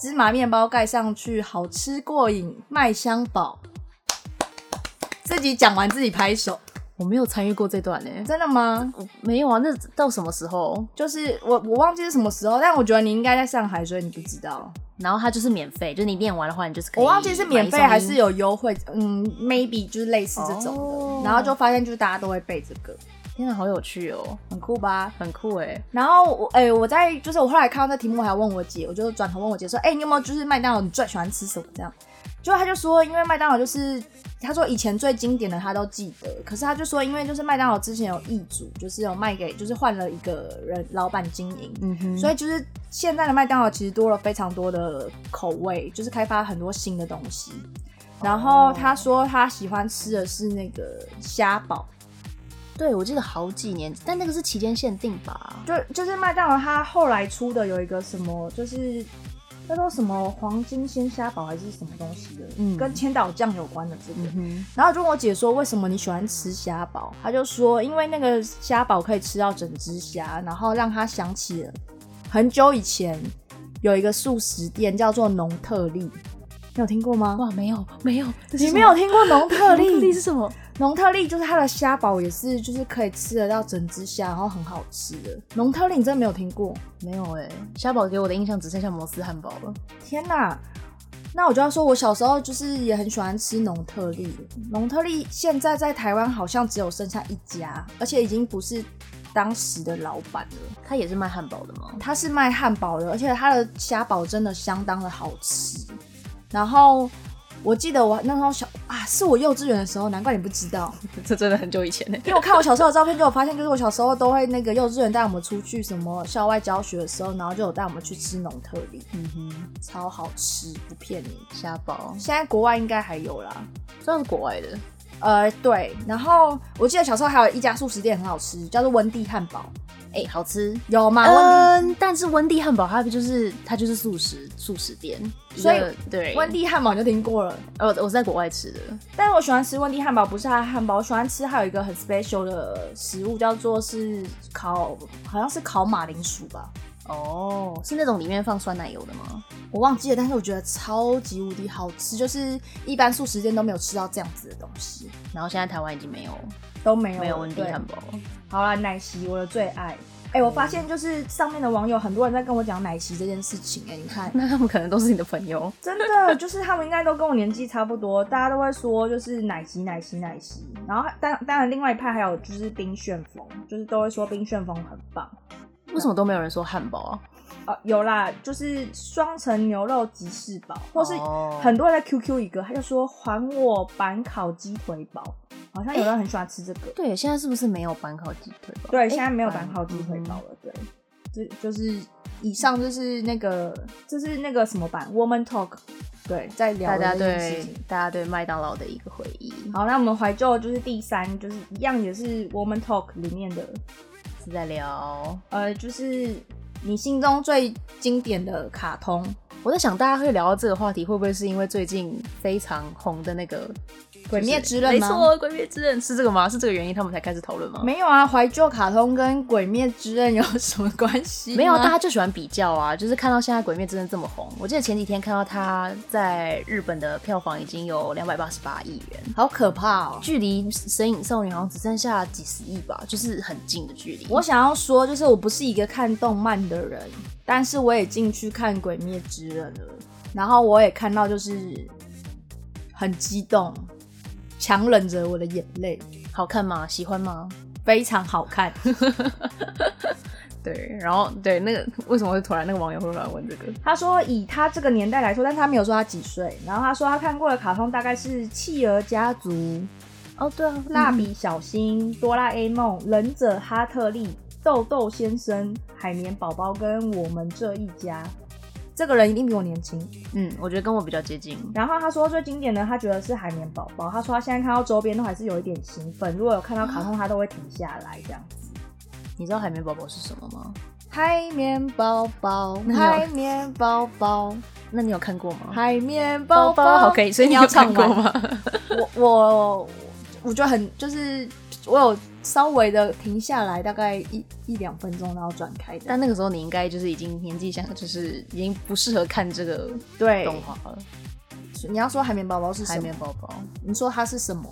芝麻面包盖上去，好吃过瘾，麦香堡。自己讲完自己拍手，
我没有参与过这段呢、欸
真的吗？
没有啊，那到什么时候？
就是我我忘记是什么时候，但我觉得你应该在上海，所以你不知道。
然后它就是免费，就是你念完的话，你就是可以
我忘记是免费
买一送一
还是有优惠，嗯，maybe 就是类似这种的。
哦
然后就发现就是大家都会背这个，
天哪，好有趣哦，
很酷吧？
很酷哎！
然后我哎、我在哦就是我后来看到这题目，我还问我姐，我就转头问我姐说，哎、你有没有就是麦当劳你最喜欢吃什么这样？就他就说，因为麦当劳就是他说以前最经典的他都记得，可是他就说，因为就是麦当劳之前有易主，就是有卖给就是换了一个人老板经营，
嗯哼，
所以就是现在的麦当劳其实多了非常多的口味，就是开发很多新的东西。然后他说他喜欢吃的是那个虾堡，
对我记得好几年，但那个是期间限定吧？
就就是麦当劳它后来出的有一个什么，就是叫做什么黄金鲜虾堡还是什么东西的，
嗯
跟千岛酱有关的这个。
嗯
然后就跟我姐说为什么你喜欢吃虾堡，她就说因为那个虾堡可以吃到整只虾，然后让她想起了很久以前有一个素食店叫做农特利，你有听过吗
哼，？哇，没有没有，这是
你
什
没
么
有听过
*laughs*
农特
蒙特
利
利是？什么？
农特利就是它的虾堡也是就是可以吃得到整只虾，然后很好吃的。农特利你真的没有听过？
没有哎、虾堡给我的印象只剩下摩斯汉堡了。
天哪！那我就要说，我小时候就是也很喜欢吃农特利了。农特利现在在台湾好像只有剩下一家，而且已经不是当时的老板了。
它也是卖汉堡的吗？
他是卖汉堡的，而且他的虾堡真的相当的好吃。然后我记得我那时候小啊，是我幼稚园的时候，难怪你不知道。
*laughs* 这真的很久以前呢、欸
因为我看我小时候的照片，就有发现，就是我小时候都会那个幼稚园带我们出去什么校外教学的时候，然后就有带我们去吃农特利，
嗯哼，
超好吃，不骗你。
虾堡
现在国外应该还有啦，
虽然是国外的，
呃，对。然后我记得小时候还有一家素食店很好吃，叫做温蒂汉堡，
哎、好吃。
有吗？温
嗯，但是温蒂汉堡它不就是它就是素食素食店，
所以
一个对
蒂温蒂汉堡你就听过了，
呃我是在国外吃的，
但是我喜欢吃温蒂汉堡，不是它的汉堡，我喜欢吃还有一个很 special 的食物，叫做是烤，好像是烤马铃薯吧。
哦，是那种里面放酸奶油的吗？
我忘记了，但是我觉得超级无敌好吃，就是一般素食店都没有吃到这样子的东西，
然后现在台湾已经没有
都没有
没有温蒂
对
汉堡，，
好啦，奶昔我的最爱。哎、我发现就是上面的网友很多人在跟我讲奶昔这件事情、哎，你看
那他们可能都是你的朋友。
真的就是他们应该都跟我年纪差不多，大家都会说就是奶昔奶昔奶昔，然后当当然另外一派还有就是冰旋风，就是都会说冰旋风很棒。
为什么都没有人说汉堡啊？
呃，有啦，就是双层牛肉吉士堡，或是
哦
很多人在 QQ 一个，他就说还我板烤鸡腿堡，好像有人很喜欢吃这个。
对，现在是不是没有板烤鸡腿堡？
对，
哎
现在没有板烤鸡腿堡。了，对，这就是以上就是那个就是那个什么版 Woman Talk，对，在
嗯大
聊的
家
这件事
对
情。
大家对麦当劳的一个回忆，
好，那我们怀旧就是第三，就是一样也是 Woman Talk 里面的，
是在聊。
呃，就是你心中最经典的卡通，
我在想，大家会聊到这个话题，会不会是因为最近非常红的那个《
鬼灭之刃
没
吗
错，《鬼灭之刃》是这个吗？是这个原因他们才开始讨论吗？
没有啊，怀旧卡通跟《鬼灭之刃》有什么关系？
没有，啊大家就喜欢比较啊，就是看到现在《鬼灭之刃》这么红，我记得前几天看到它在日本的票房已经有两百八十八亿元，
好可怕哦！
距离《神隐少女》好像只剩下几十亿吧，就是很近的距离。
我想要说，就是我不是一个看动漫的人，但是我也进去看《鬼灭之刃》了，然后我也看到就是很激动，强忍着我的眼泪，
好看吗？喜欢
*laughs*
吗？
非常好看。
对，然后对那个为什么会突然那个网友会突然问这个？
他说以他这个年代来说，但他没有说他几岁，然后他说他看过的卡通大概是《企鹅家族》《
哦，对啊，
蜡笔小新》《哆啦 A 梦》《忍者哈特利》《豆豆先生》《海绵宝宝》跟我们这一家。这个人一定比我年轻。
嗯，我觉得跟我比较接近。
然后他说最经典的，他觉得是海绵宝宝。他说他现在看到周边都还是有一点兴奋，如果有看到卡通，他都会停下来这样子。
你知道海绵宝宝是什么吗？
*gasps* 海绵宝宝，
那你有
海绵宝宝，
那你有看过吗？
哦海绵宝宝，
好可以，所以你
要
有
唱
看过
完？
吗？
我我我就很就是我有稍微的停下来，大概一一两分钟，然后转开的。
但那个时候你应该就是已经年纪相，就是已经不适合看这个
对，
动画了。
你要说海绵宝宝是
海
什么
绵？宝宝
你说它是什么？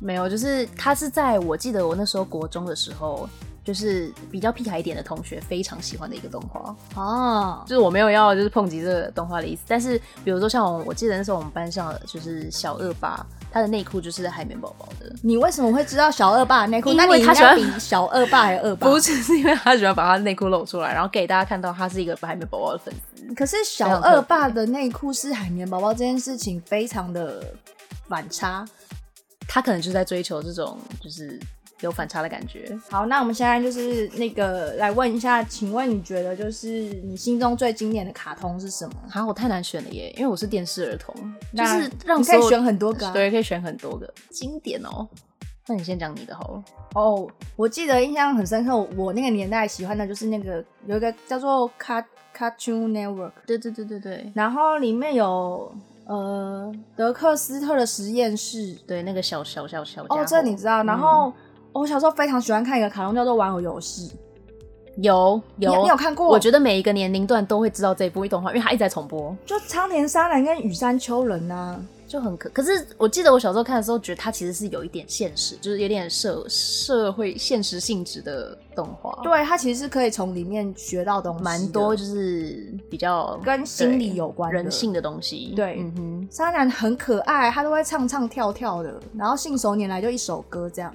没有，就是它是在我记得我那时候国中的时候，就是比较屁孩一点的同学非常喜欢的一个动画。
哦，
就是我没有要就是抨击这个动画的意思，但是比如说像我，我记得那时候我们班上的就是小恶霸，他的内裤就是海绵宝宝的，
你为什么会知道小恶霸的内裤？
因
那
为
你应
他喜
该
欢
比小恶霸还恶霸。
不是是因为他喜欢把他的内裤露出来，然后给大家看到他是一个海绵宝宝的粉丝。
可是小恶霸的内裤是海绵宝宝这件事情非常的反差。
他可能就是在追求这种就是有反差的感觉。
好，那我们现在就是那个来问一下，请问你觉得就是你心中最经典的卡通是什么？
啊，我太难选了耶，因为我是电视儿童，就
那
是让
你可以
所有
选很多个啊
对，可以选很多个经典哦。那你先讲你的好了。
哦，我记得印象很深刻，我那个年代喜欢的就是那个有一个叫做 Car Cartoon Network，
对对对对对
然后里面有呃德克斯特的实验室，
对，那个小小小小家
哦，
伙嗯
这你知道。然后、我小时候非常喜欢看一个卡通叫做《玩偶游戏》，
有有
你你有看过
我觉得每一个年龄段都会知道这一部动画，因为它一直在重播，
就苍田沙男跟羽山丘人啊呐、
就很可。可是我记得我小时候看的时候，觉得它其实是有一点现实，就是有点社社会现实性质的动画，，
对他其实是可以从里面学到东西
哦
的，
蛮多就是比较
跟心理有关的
对人性的东西。
对
嗯哼，
沙男很可爱，他都会唱唱跳跳的，然后信手拈来就一首歌这样。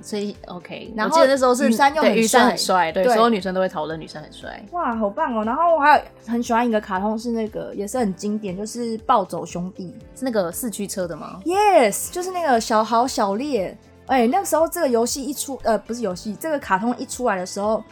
所以 OK，
然后
我记得那时候是
雨山又
对
很
雨
帅
山很帅，对，
对
所有女生都会讨论雨山很帅。
哇，好棒哦！然后我还有很喜欢一个卡通是那个也是很经典，就是《暴走兄弟
是那个四驱车的吗》。？
Yes，就是那个小豪小烈。哎、那时候这个游戏一出，呃，不是游戏，这个卡通一出来的时候，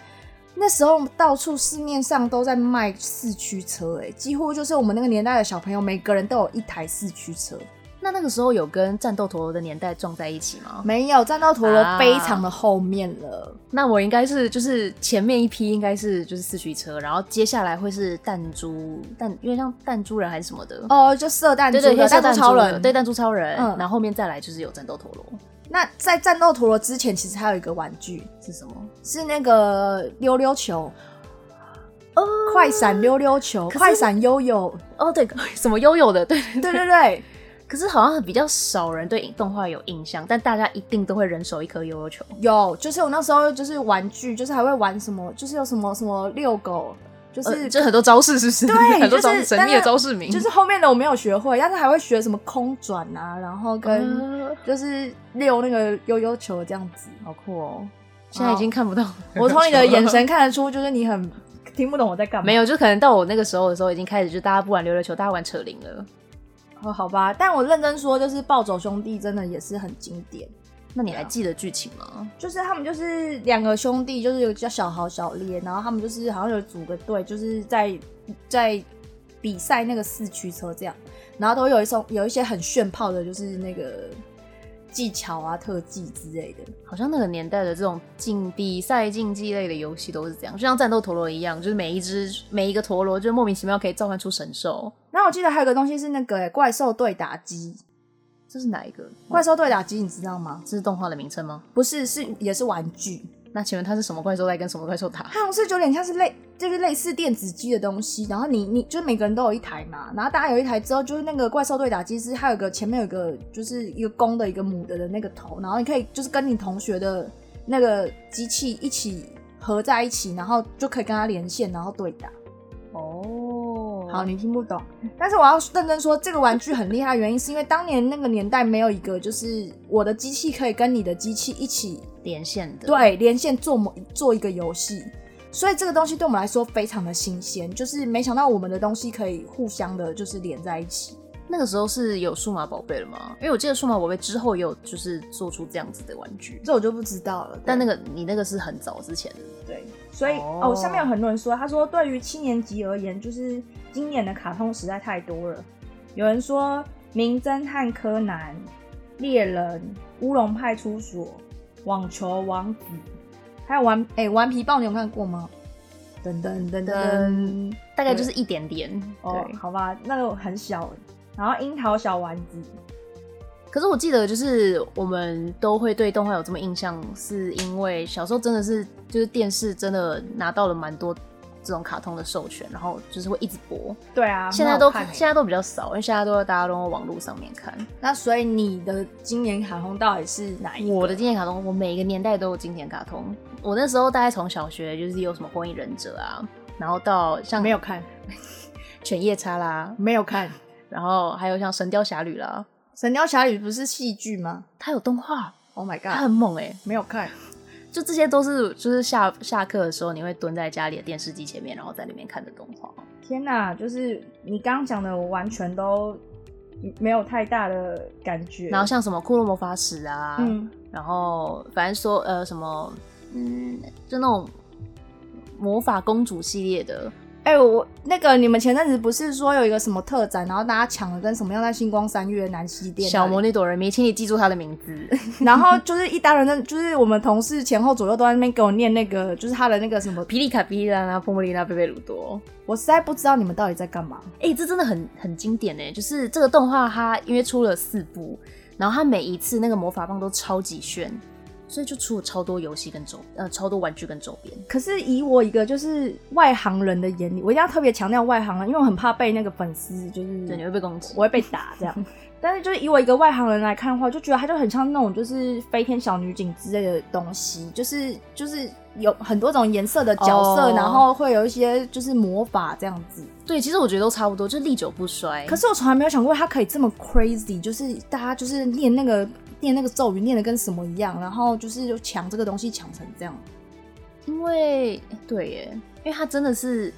那时候到处市面上都在卖四驱车、哎，几乎就是我们那个年代的小朋友，每个人都有一台四驱车。
那那个时候有跟战斗陀螺的年代撞在一起吗？
没有，战斗陀螺
啊
非常的后面了。
那我应该是就是前面一批应该是就是四驱车，然后接下来会是弹珠弹，因为像弹珠人还是什么的。
哦，就射弹珠
对对，
的
黑色
弹
弹
珠超
的
人。
对弹珠超人，
嗯
然后后面再来就是有战斗陀螺，
那在战斗陀螺之前，其实还有一个玩具，
是什么？
是那个溜溜球，快闪溜溜球，
哦是
快闪
*laughs*
悠悠，
哦，对，什么悠悠的，对对
对对对，
可是好像比较少人对动画有印象，但大家一定都会人手一颗悠悠球。
有，就是我那时候就是玩具，就是还会玩什么，就是有什么什么遛狗，就是、
呃就很多招式，是不是？
对
*laughs* 很多招
就
式，
是
神秘的招式名，
就是后面的我没有学会，但是还会学什么空转啊，然后跟
嗯
就是溜那个悠悠球这样
*laughs*
子。
好酷哦！现在已经看不到悠悠球了，
我从你的眼神看得出，就是你很听不懂我在干
*laughs*
嘛。
没有，就可能到我那个时候的时候，已经开始就大家不玩溜溜球，大家玩扯铃了。
哦，好吧，但我认真说，就是《暴走兄弟》真的也是很经典。
那你还记得剧情吗？
就是他们就是两个兄弟，就是有叫小豪小烈，然后他们就是好像有组个队，就是在在比赛那个四驱车这样，然后都有一种有一些很炫炮的，就是那个技巧啊、特技之类的。
好像那个年代的这种竞比赛竞技类的游戏都是这样，就像战斗陀螺一样，就是每一只每一个陀螺，就莫名其妙可以召唤出神兽。
然后我记得还有个东西是那个、欸怪兽对打机，
这是哪一个？
怪
怪
兽对打机你知道吗？
这是动画的名称吗？
不是，是也是玩具，
那请问它是什么怪兽在跟什么怪兽打？
它好像是有点像是类，就是类似电子机的东西。然后你你就是每个人都有一台嘛，然后大家有一台之后，就是那个怪兽对打机是它有一个前面有一个就是一个公的一个母的的那个头，然后你可以就是跟你同学的那个机器一起合在一起，然后就可以跟它连线，然后对打。
哦
好，，你听不懂，但是我要认真说，这个玩具很厉害，的原因是因为当年那个年代没有一个就是我的机器可以跟你的机器一起
连线的。，
对，连线做某做一个游戏，所以这个东西对我们来说非常的新鲜，就是没想到我们的东西可以互相的，就是连在一起。
那个时候是有数码宝贝了吗？因为我记得数码宝贝之后也有就是做出这样子的玩具，
这我就不知道了。
但那
个
个你那个是很早之前的。
对，所以
哦
哦，下面有很多人说，他说对于七年级而言，就是经典的卡通实在太多了。有人说《名侦探柯南》《猎人》《乌龙派出所》《网球王子》，还有顽哎、顽皮豹，你有看过吗？噔噔噔噔
噔。大概就是一点点。
哦，
对，
好吧，那个很小。然后樱桃小丸子，
可是我记得就是我们都会对动画有这么印象，是因为小时候真的是就是电视真的拿到了蛮多这种卡通的授权，然后就是会一直播。
对啊，
现在都
很好看欸
现在都比较少，因为现在都大家都用网络上面看。
那所以你的今年卡通到底是哪一个？
我的经典卡通，我每个年代都有经典卡通。我那时候大概从小学就是有什么《火影忍者》啊，然后到像
没有看，
犬夜叉啦，
没有看。《
然后还有像《神雕侠侣》啦，
*laughs* 神雕侠侣》不是戏剧吗
它有动画，
？Oh my
它
god，
很猛哎、
*laughs* 没有看。
就这些都是就是下下课的时候，你会蹲在家里的电视机前面，然后在里面看的动画。
天哪，就是你刚刚讲的，我完全都没有太大的感觉。
然后像什么《骷髅魔法使》啊，
嗯，
然后反正说呃什么嗯，就那种魔法公主系列的，
哎、我那个你们前阵子不是说有一个什么特展，然后大家抢的跟什么样，在星光三月南西店那里
小魔，女朵人迷，请你记住她的名字。 *laughs*
然后就是一大人在，就是我们同事前后左右都在那边给我念那个，就是他的那个什么，
皮里卡、皮里拉拉、波莫利拉、贝贝鲁多。
我实在不知道你们到底在干嘛。
哎、这真的很很经典呢、就是这个动画，它因为出了四部，然后它每一次那个魔法棒都超级炫，所以就出了超多游戏跟周呃超多玩具跟周边。
可是以我一个就是外行人的眼里，我一定要特别强调外行人，因为我很怕被那个粉丝就是
对，你会被攻击。
我会被打这样。但是就是以我一个外行人来看的话，就觉得它就很像那种就是飞天小女警之类的东西，就是就是有很多种颜色的角色
哦
然后会有一些就是魔法这样子。
对，其实我觉得都差不多，就历久不衰。
可是我从来没有想过它可以这么 crazy，就是大家就是念那个念那个咒语念的跟什么一样，然后就是就抢这个东西抢成这样，
因为对耶，因为它真的是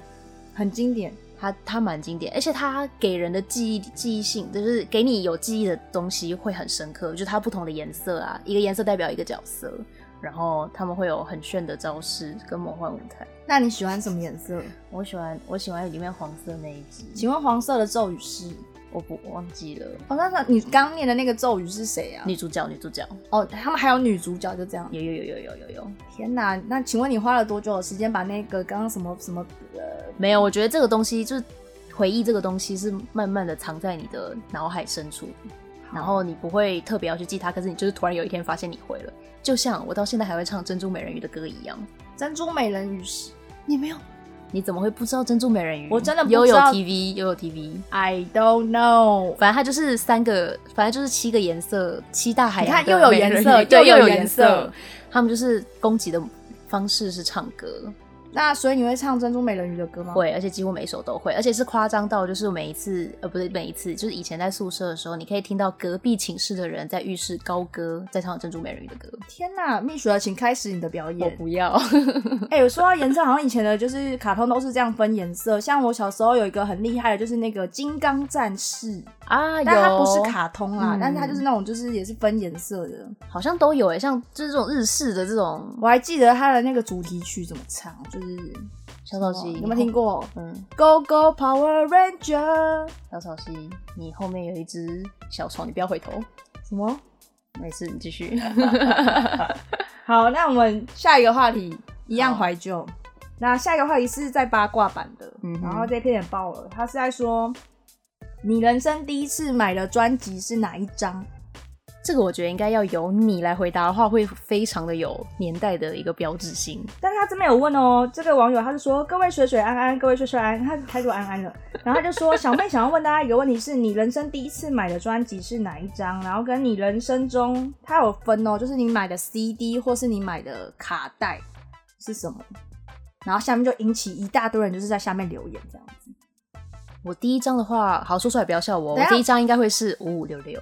很经典。
它它蛮经典，而且它给人的记忆记忆性，就是给你有记忆的东西会很深刻，就是它不同的颜色啊，一个颜色代表一个角色，然后他们会有很炫的招式跟魔幻舞台。
那你喜欢什么颜色？
我喜欢我喜欢里面黄色那一只，
请问黄色的咒语是？
我不我忘记了
哦，那那你刚念的那个咒语是谁啊？
女主角女主角
哦，他们还有女主角，就这样。
有有有有有有有
天哪，那请问你花了多久的时间把那个刚刚什么什么呃，
没有？我觉得这个东西就是回忆，这个东西是慢慢的藏在你的脑海深处的然后你不会特别要去记它，可是你就是突然有一天发现你会了，就像我到现在还会唱《珍珠美人鱼》的歌一样。
珍珠美人鱼是？你没有
你怎么会不知道《珍珠美人鱼》？
我真的不知道
悠悠 TV 悠悠 TV，
？I don't know。
反正它就是三个，反正就是七个颜色，七大海
你
洋
看
的
又有
美人鱼。
颜色，
*laughs* 对，又
有
颜
色。。
他们就是攻击的方式是唱歌，
那所以你会唱珍珠美人鱼的歌吗？。
会，而且几乎每一首都会，而且是夸张到就是每一次，呃，不是每一次，就是以前在宿舍的时候，你可以听到隔壁寝室的人在浴室高歌，在唱《珍珠美人鱼》的歌。
天哪，蜜雪儿，请开始你的表
我
演。
不
*laughs*
要。
哎、我说到颜色，好像以前的就是卡通都是这样分颜色。像我小时候有一个很厉害的，就是那个金刚战士，
啊，
但它
有
不是，卡通啦，
嗯
但是它就是那种就是也是分颜色的。
好像都有诶，像就是这种日式的这种
我还记得它的那个主题曲怎么唱，就是
小草溪，
有没有听？过
嗯，
？Go Go Power Ranger
小草溪，你后面有一只小虫，你不要回头，
什么？
没事，你继
*laughs*
续。
好，那我们下一个话题一样
好
怀旧。那下一个话题是在八卦版的，
嗯哼
然后这篇也爆了，他是在说你人生第一次买的专辑是哪一张？
这个我觉得应该要由你来回答的话，会非常的有年代的一个标志性。
但他这边有问哦，这个网友他是说各位水水安安，各位水水安安，他他就安安了，然后他就说小妹想要问大家一个问题是，你人生第一次买的专辑是哪一张？然后跟你人生中他有分哦，就是你买的 CD 或是你买的卡带是什么？然后下面就引起一大堆人就是在下面留言这样子。
我第一张的话，好说出来不要笑我哦，我
等一下
第一张应该会是五五六六。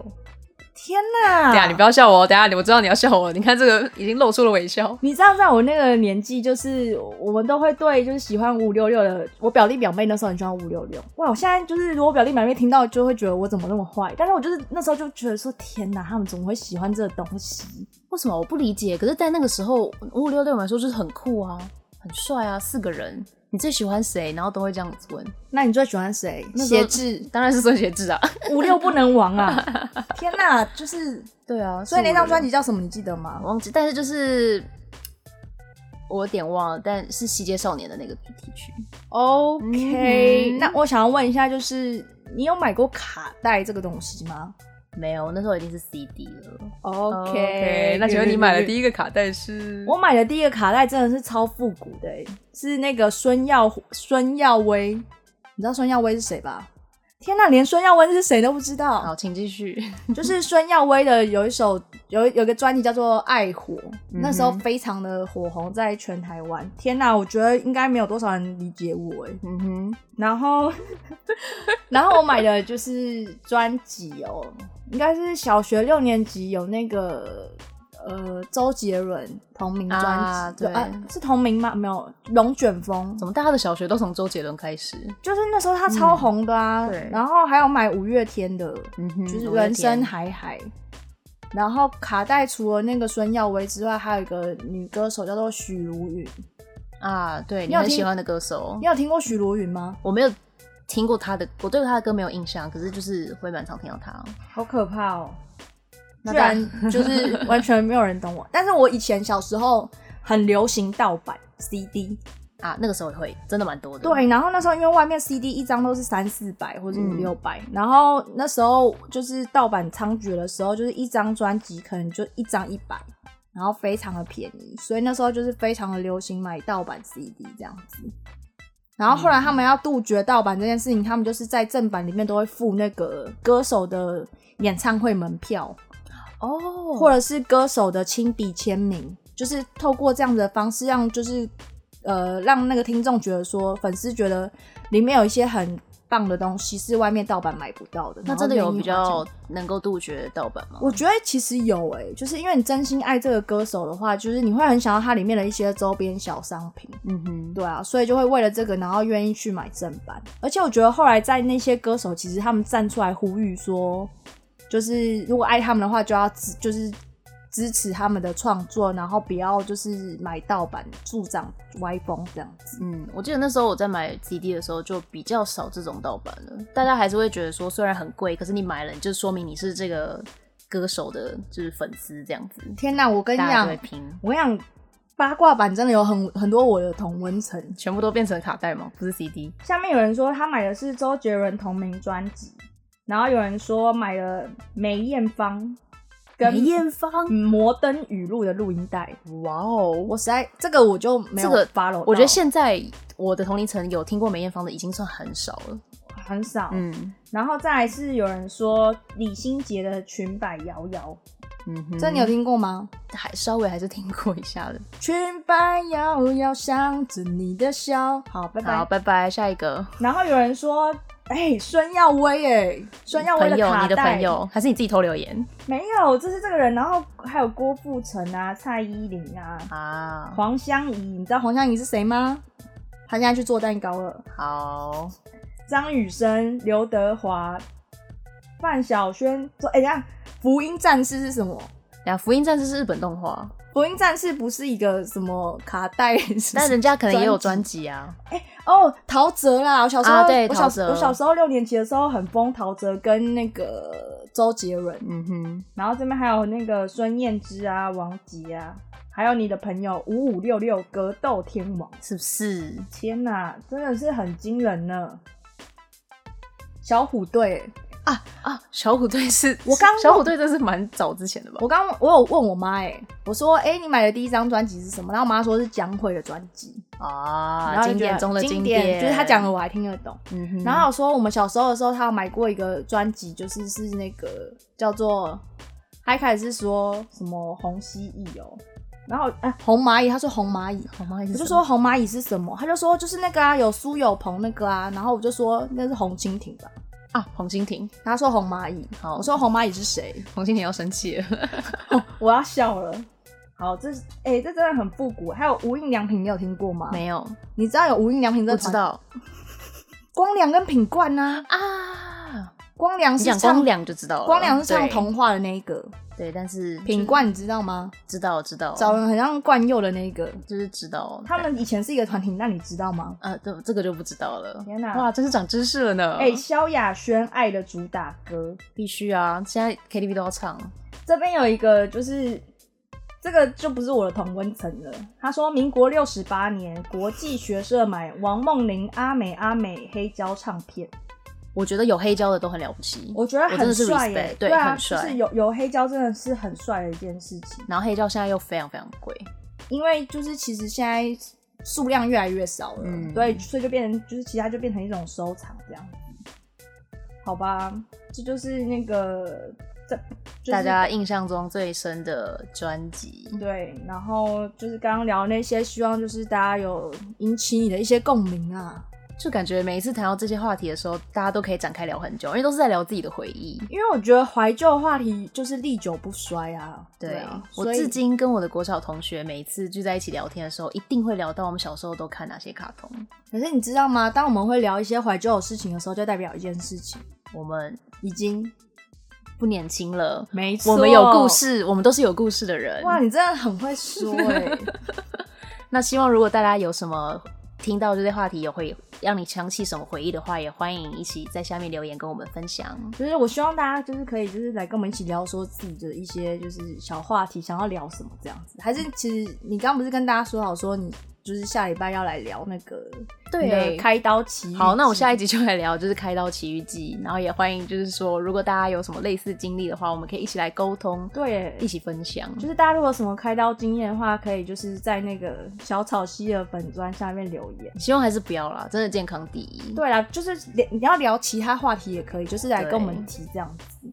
天哪！
等一下你不要笑我哦，等一下你我知道你要笑我， *laughs* 你看这个已经露出了微笑。
你知道，在我那个年纪，就是我们都会对就是喜欢五六六的，我表弟表妹那时候很喜欢五六六。哇，我现在就是如果表弟表妹听到，就会觉得我怎么那么坏。但是我就是那时候就觉得说，天哪，他们怎么会喜欢这个东西？
为什么我不理解？可是，在那个时候，五五六对我来说就是很酷啊，很帅啊，四个人，你最喜欢谁？然后都会这样子问。
那你最喜欢谁？
那时候
鞋志，
当然是孙协志
*laughs*
啊。
五六不能
*laughs*
亡啊！天哪，就是，
对 *laughs* 啊，
所以那张专
辑
辑叫什么？你记得
我
吗？
忘记，但是就是我有点忘了，但是《西街少年》的那个主题曲。
OK，、
嗯哼
那我想要问一下，就是你有买过卡带这个东西吗？哦
没有，那时候已经是 CD 了。
OK，,
那请问你买的
一？
第一个卡带
嗯
是？
我买的第一个卡带真的是超复古的、欸，是那个孙耀孙耀威，你知道孙耀威是谁吧？天呐，连孙耀威是谁都不知道。
好，请继续。
就是孙耀威的有一首有有一个专辑叫做《爱火》，
哼
那时候非常的火红，在全台湾。天呐，我觉得应该没有多少人理解我哎、欸
嗯哼，
然后， *laughs* 然后我买的就是专辑哦，应该是小学六年级有那个呃周杰伦同名专辑，
啊对
是同名吗？没有，龙卷风
*laughs* 怎，么大家的小学都从周杰伦开始？
就是那时候他超红的啊。
嗯对
然后还有买五月天的，
嗯哼
就是人生海海。然后卡带除了那个孙耀威之外，还有一个女歌手叫做许茹芸，
啊，对
你
你
有
很
听
喜欢的歌手
你，有听过许茹芸吗？
我没有听过他的，我对他的歌没有印象，可是就是会蛮常听到他。
好可怕哦！
那
居然 *laughs* 就是完全没有人懂我。但是我以前小时候很流行盗版 CD，
啊，那个时候也会真的蛮多的。
对。然后那时候因为外面 CD 一张都是三四百或者五
嗯
六百，然后那时候就是盗版猖獗的时候，就是一张专辑可能就一张一百，然后非常的便宜，所以那时候就是非常的流行买盗版 CD 这样子。然后后来他们要杜绝盗版这件事情，他们就是在正版里面都会附那个歌手的演唱会门票。
哦，
或者是歌手的亲笔签名，就是透过这样的方式让就是呃让那个听众觉得说粉丝觉得里面有一些很棒的东西是外面盗版买不到的。
那
然后
真的有
愿意
比
花钱
较能够杜绝盗版吗？
我觉得其实有诶、就是因为你真心爱这个歌手的话，就是你会很想要它里面的一些周边小商品。
嗯哼，
对啊，所以就会为了这个，然后愿意去买正版。而且我觉得后来在那些歌手，其实他们站出来呼吁说，就是如果爱他们的话，就要支就是支持他们的创作，然后不要就是买盗版助长歪风这样子。
嗯，我记得那时候我在买 CD 的时候，就比较少这种盗版了。大家还是会觉得说，虽然很贵，可是你买了，你就说明你是这个歌手的，就是粉丝这样子。
天哪，我跟你
大家
讲
就会，拼，
我跟你讲八卦版真的有很很多我的同温层。
全部都变成卡带吗？不是 CD。
下面有人说他买的是周杰伦同名专辑，然后有人说买了梅艳芳跟
梅艳芳，
嗯摩登语录的录音带。
哇哦！
我实在这个我就没有
这个
follow，到
我觉得现在我的同龄层有听过梅艳芳的已经算很少了。
很少。
嗯
然后再来是有人说李心洁的《裙摆摇摇
嗯哼》，
这你有听过吗？
还稍微还是听过一下的。
裙摆摇摇，想着你的笑。好，拜
好，拜
拜。
拜，下一个
然后有人说，哎、孙耀威、哎，孙耀威
朋友，
卡
你的
带
朋友还是你自己偷留言
没有，这是这个人。然后还有郭富城啊，蔡依林啊，
啊？
黄湘怡，你知道黄湘怡是谁吗？她现在去做蛋糕了。
好，
张雨生、刘德华、范晓萱说：“哎、等一下，福音战士是什么？
呀，福音战士是日本动画，
福音战士不是一个什么卡带？
但人家可能也有
专
专辑啊。
哦，陶喆啦！我小时候，
啊对
我小
陶喆
我小时候六年级的时候很疯陶喆跟那个周杰伦，
嗯哼，
然后这边还有那个孙燕姿啊、王杰啊，还有你的朋友五五六六格斗天王。
是不是？
天哪，真的是很惊人呢！小虎队、
啊，小虎队是
我刚
小虎队真是蛮早之前的吧？
我刚我有问我妈哎、我说哎、欸你买的第一张专辑是什么？然后我妈说是江蕙的专辑，然
啊，
后就
经
觉得
典中的
经
典，
就是她讲的，我还听得懂。
嗯哼，
然后我说我们小时候的时候，她有买过一个专辑，就是是那个叫做，她一开始是说什么红蜥蜴哦，然后哎、红蚂蚁，她说红蚂蚁。
好吗？
我就说红蚂蚁是什么？她就说就是那个啊，有苏有朋那个啊。然后我就说那是红蜻蜓吧。
啊，红蜻蜓，
她说红蚂蚁，
好
我说红蚂蚁是谁？
红蜻蜓要生气了，
我要笑了。好，这是哎、这真的很复古。还有无印良品，你有听过吗？，
没 *laughs* 有，
你知道有无印良品这
不
个
知
团？
道
光良跟品冠呐、啊，
啊。
光良
你
是
讲
唱
光，良就知道了，
光良是唱
对
童话的那一个，
对，但是
品冠你知道吗？
知道知道，
找人很像冠佑的那一个，
就是知道
他们以前是一个团体，那你知道吗？
呃，这这个就不知道了。
天哪
哇，真是长知识了呢！
哎、萧亚轩《爱》的主打歌，
必须啊，现在 KTV 都要唱。
这边有一个就是。这个就不是我的同温层了。他说，民国六十八年，国际学社买王梦玲、阿美阿美黑胶唱片。
我觉得有黑胶的都很了不起，
我觉得
真
很
的是
帅
respect，
耶，
对，
啊，
很帅。
就是有有黑胶真的是很帅的一件事情，
然后黑胶现在又非常非常贵，
因为就是其实现在数量越来越少了，
嗯
对，所以就变成就是其他就变成一种收藏这样子，好吧，这就是那个这、就是、
大家印象中最深的专辑。
对，然后就是刚刚聊那些，希望就是大家有引起你的一些共鸣啊。
就感觉每一次谈到这些话题的时候，大家都可以展开聊很久，因为都是在聊自己的回忆。
因为我觉得怀旧话题就是历久不衰啊。
对
啊，
我
所以
至今跟我的国小同学每一次聚在一起聊天的时候，一定会聊到我们小时候都看哪些卡通，
可是你知道吗？当我们会聊一些怀旧的事情的时候，就代表一件事情
我们
已经
不年轻了，
没错，
我们有故。事，我们都是有故事的人。
哇，你真的很会说哎、
*laughs* 那希望如果大家有什么听到这些话题，有会让你想起什么回忆的话，也欢迎一起在下面留言跟我们分享。
就是我希望大家就是可以就是来跟我们一起聊说自己的一些就是小话题，想要聊什么这样子。还是其实你刚不是跟大家说好说你就是下礼拜要来聊那个你的开刀奇遇记
好，那我下一集就来聊就是《开刀奇遇记》，然后也欢迎就是说，如果大家有什么类似经历的话，我们可以一起来沟通，
对
一起分享。
就是大家如果有什么开刀经验的话，可以就是在那个小草溪的粉砖下面留言。
希望还是不要啦，真的健康第一。
对啦，就是聊你要聊其他话题也可以，就是来
对
跟我们提这样子。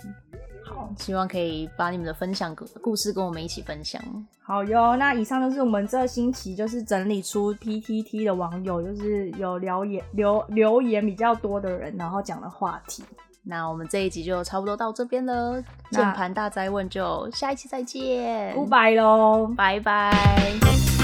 好，
希望可以把你们的分享故故事跟我们一起分享。
好哟。那以上就是我们这星期就是整理出 PTT 的网友，就是有留言留留言比较多的人，然后讲的话题。
那我们这一集就差不多到这边了，
那
键盘大灾问就下一期再见，
Goodbye 喽。
拜拜。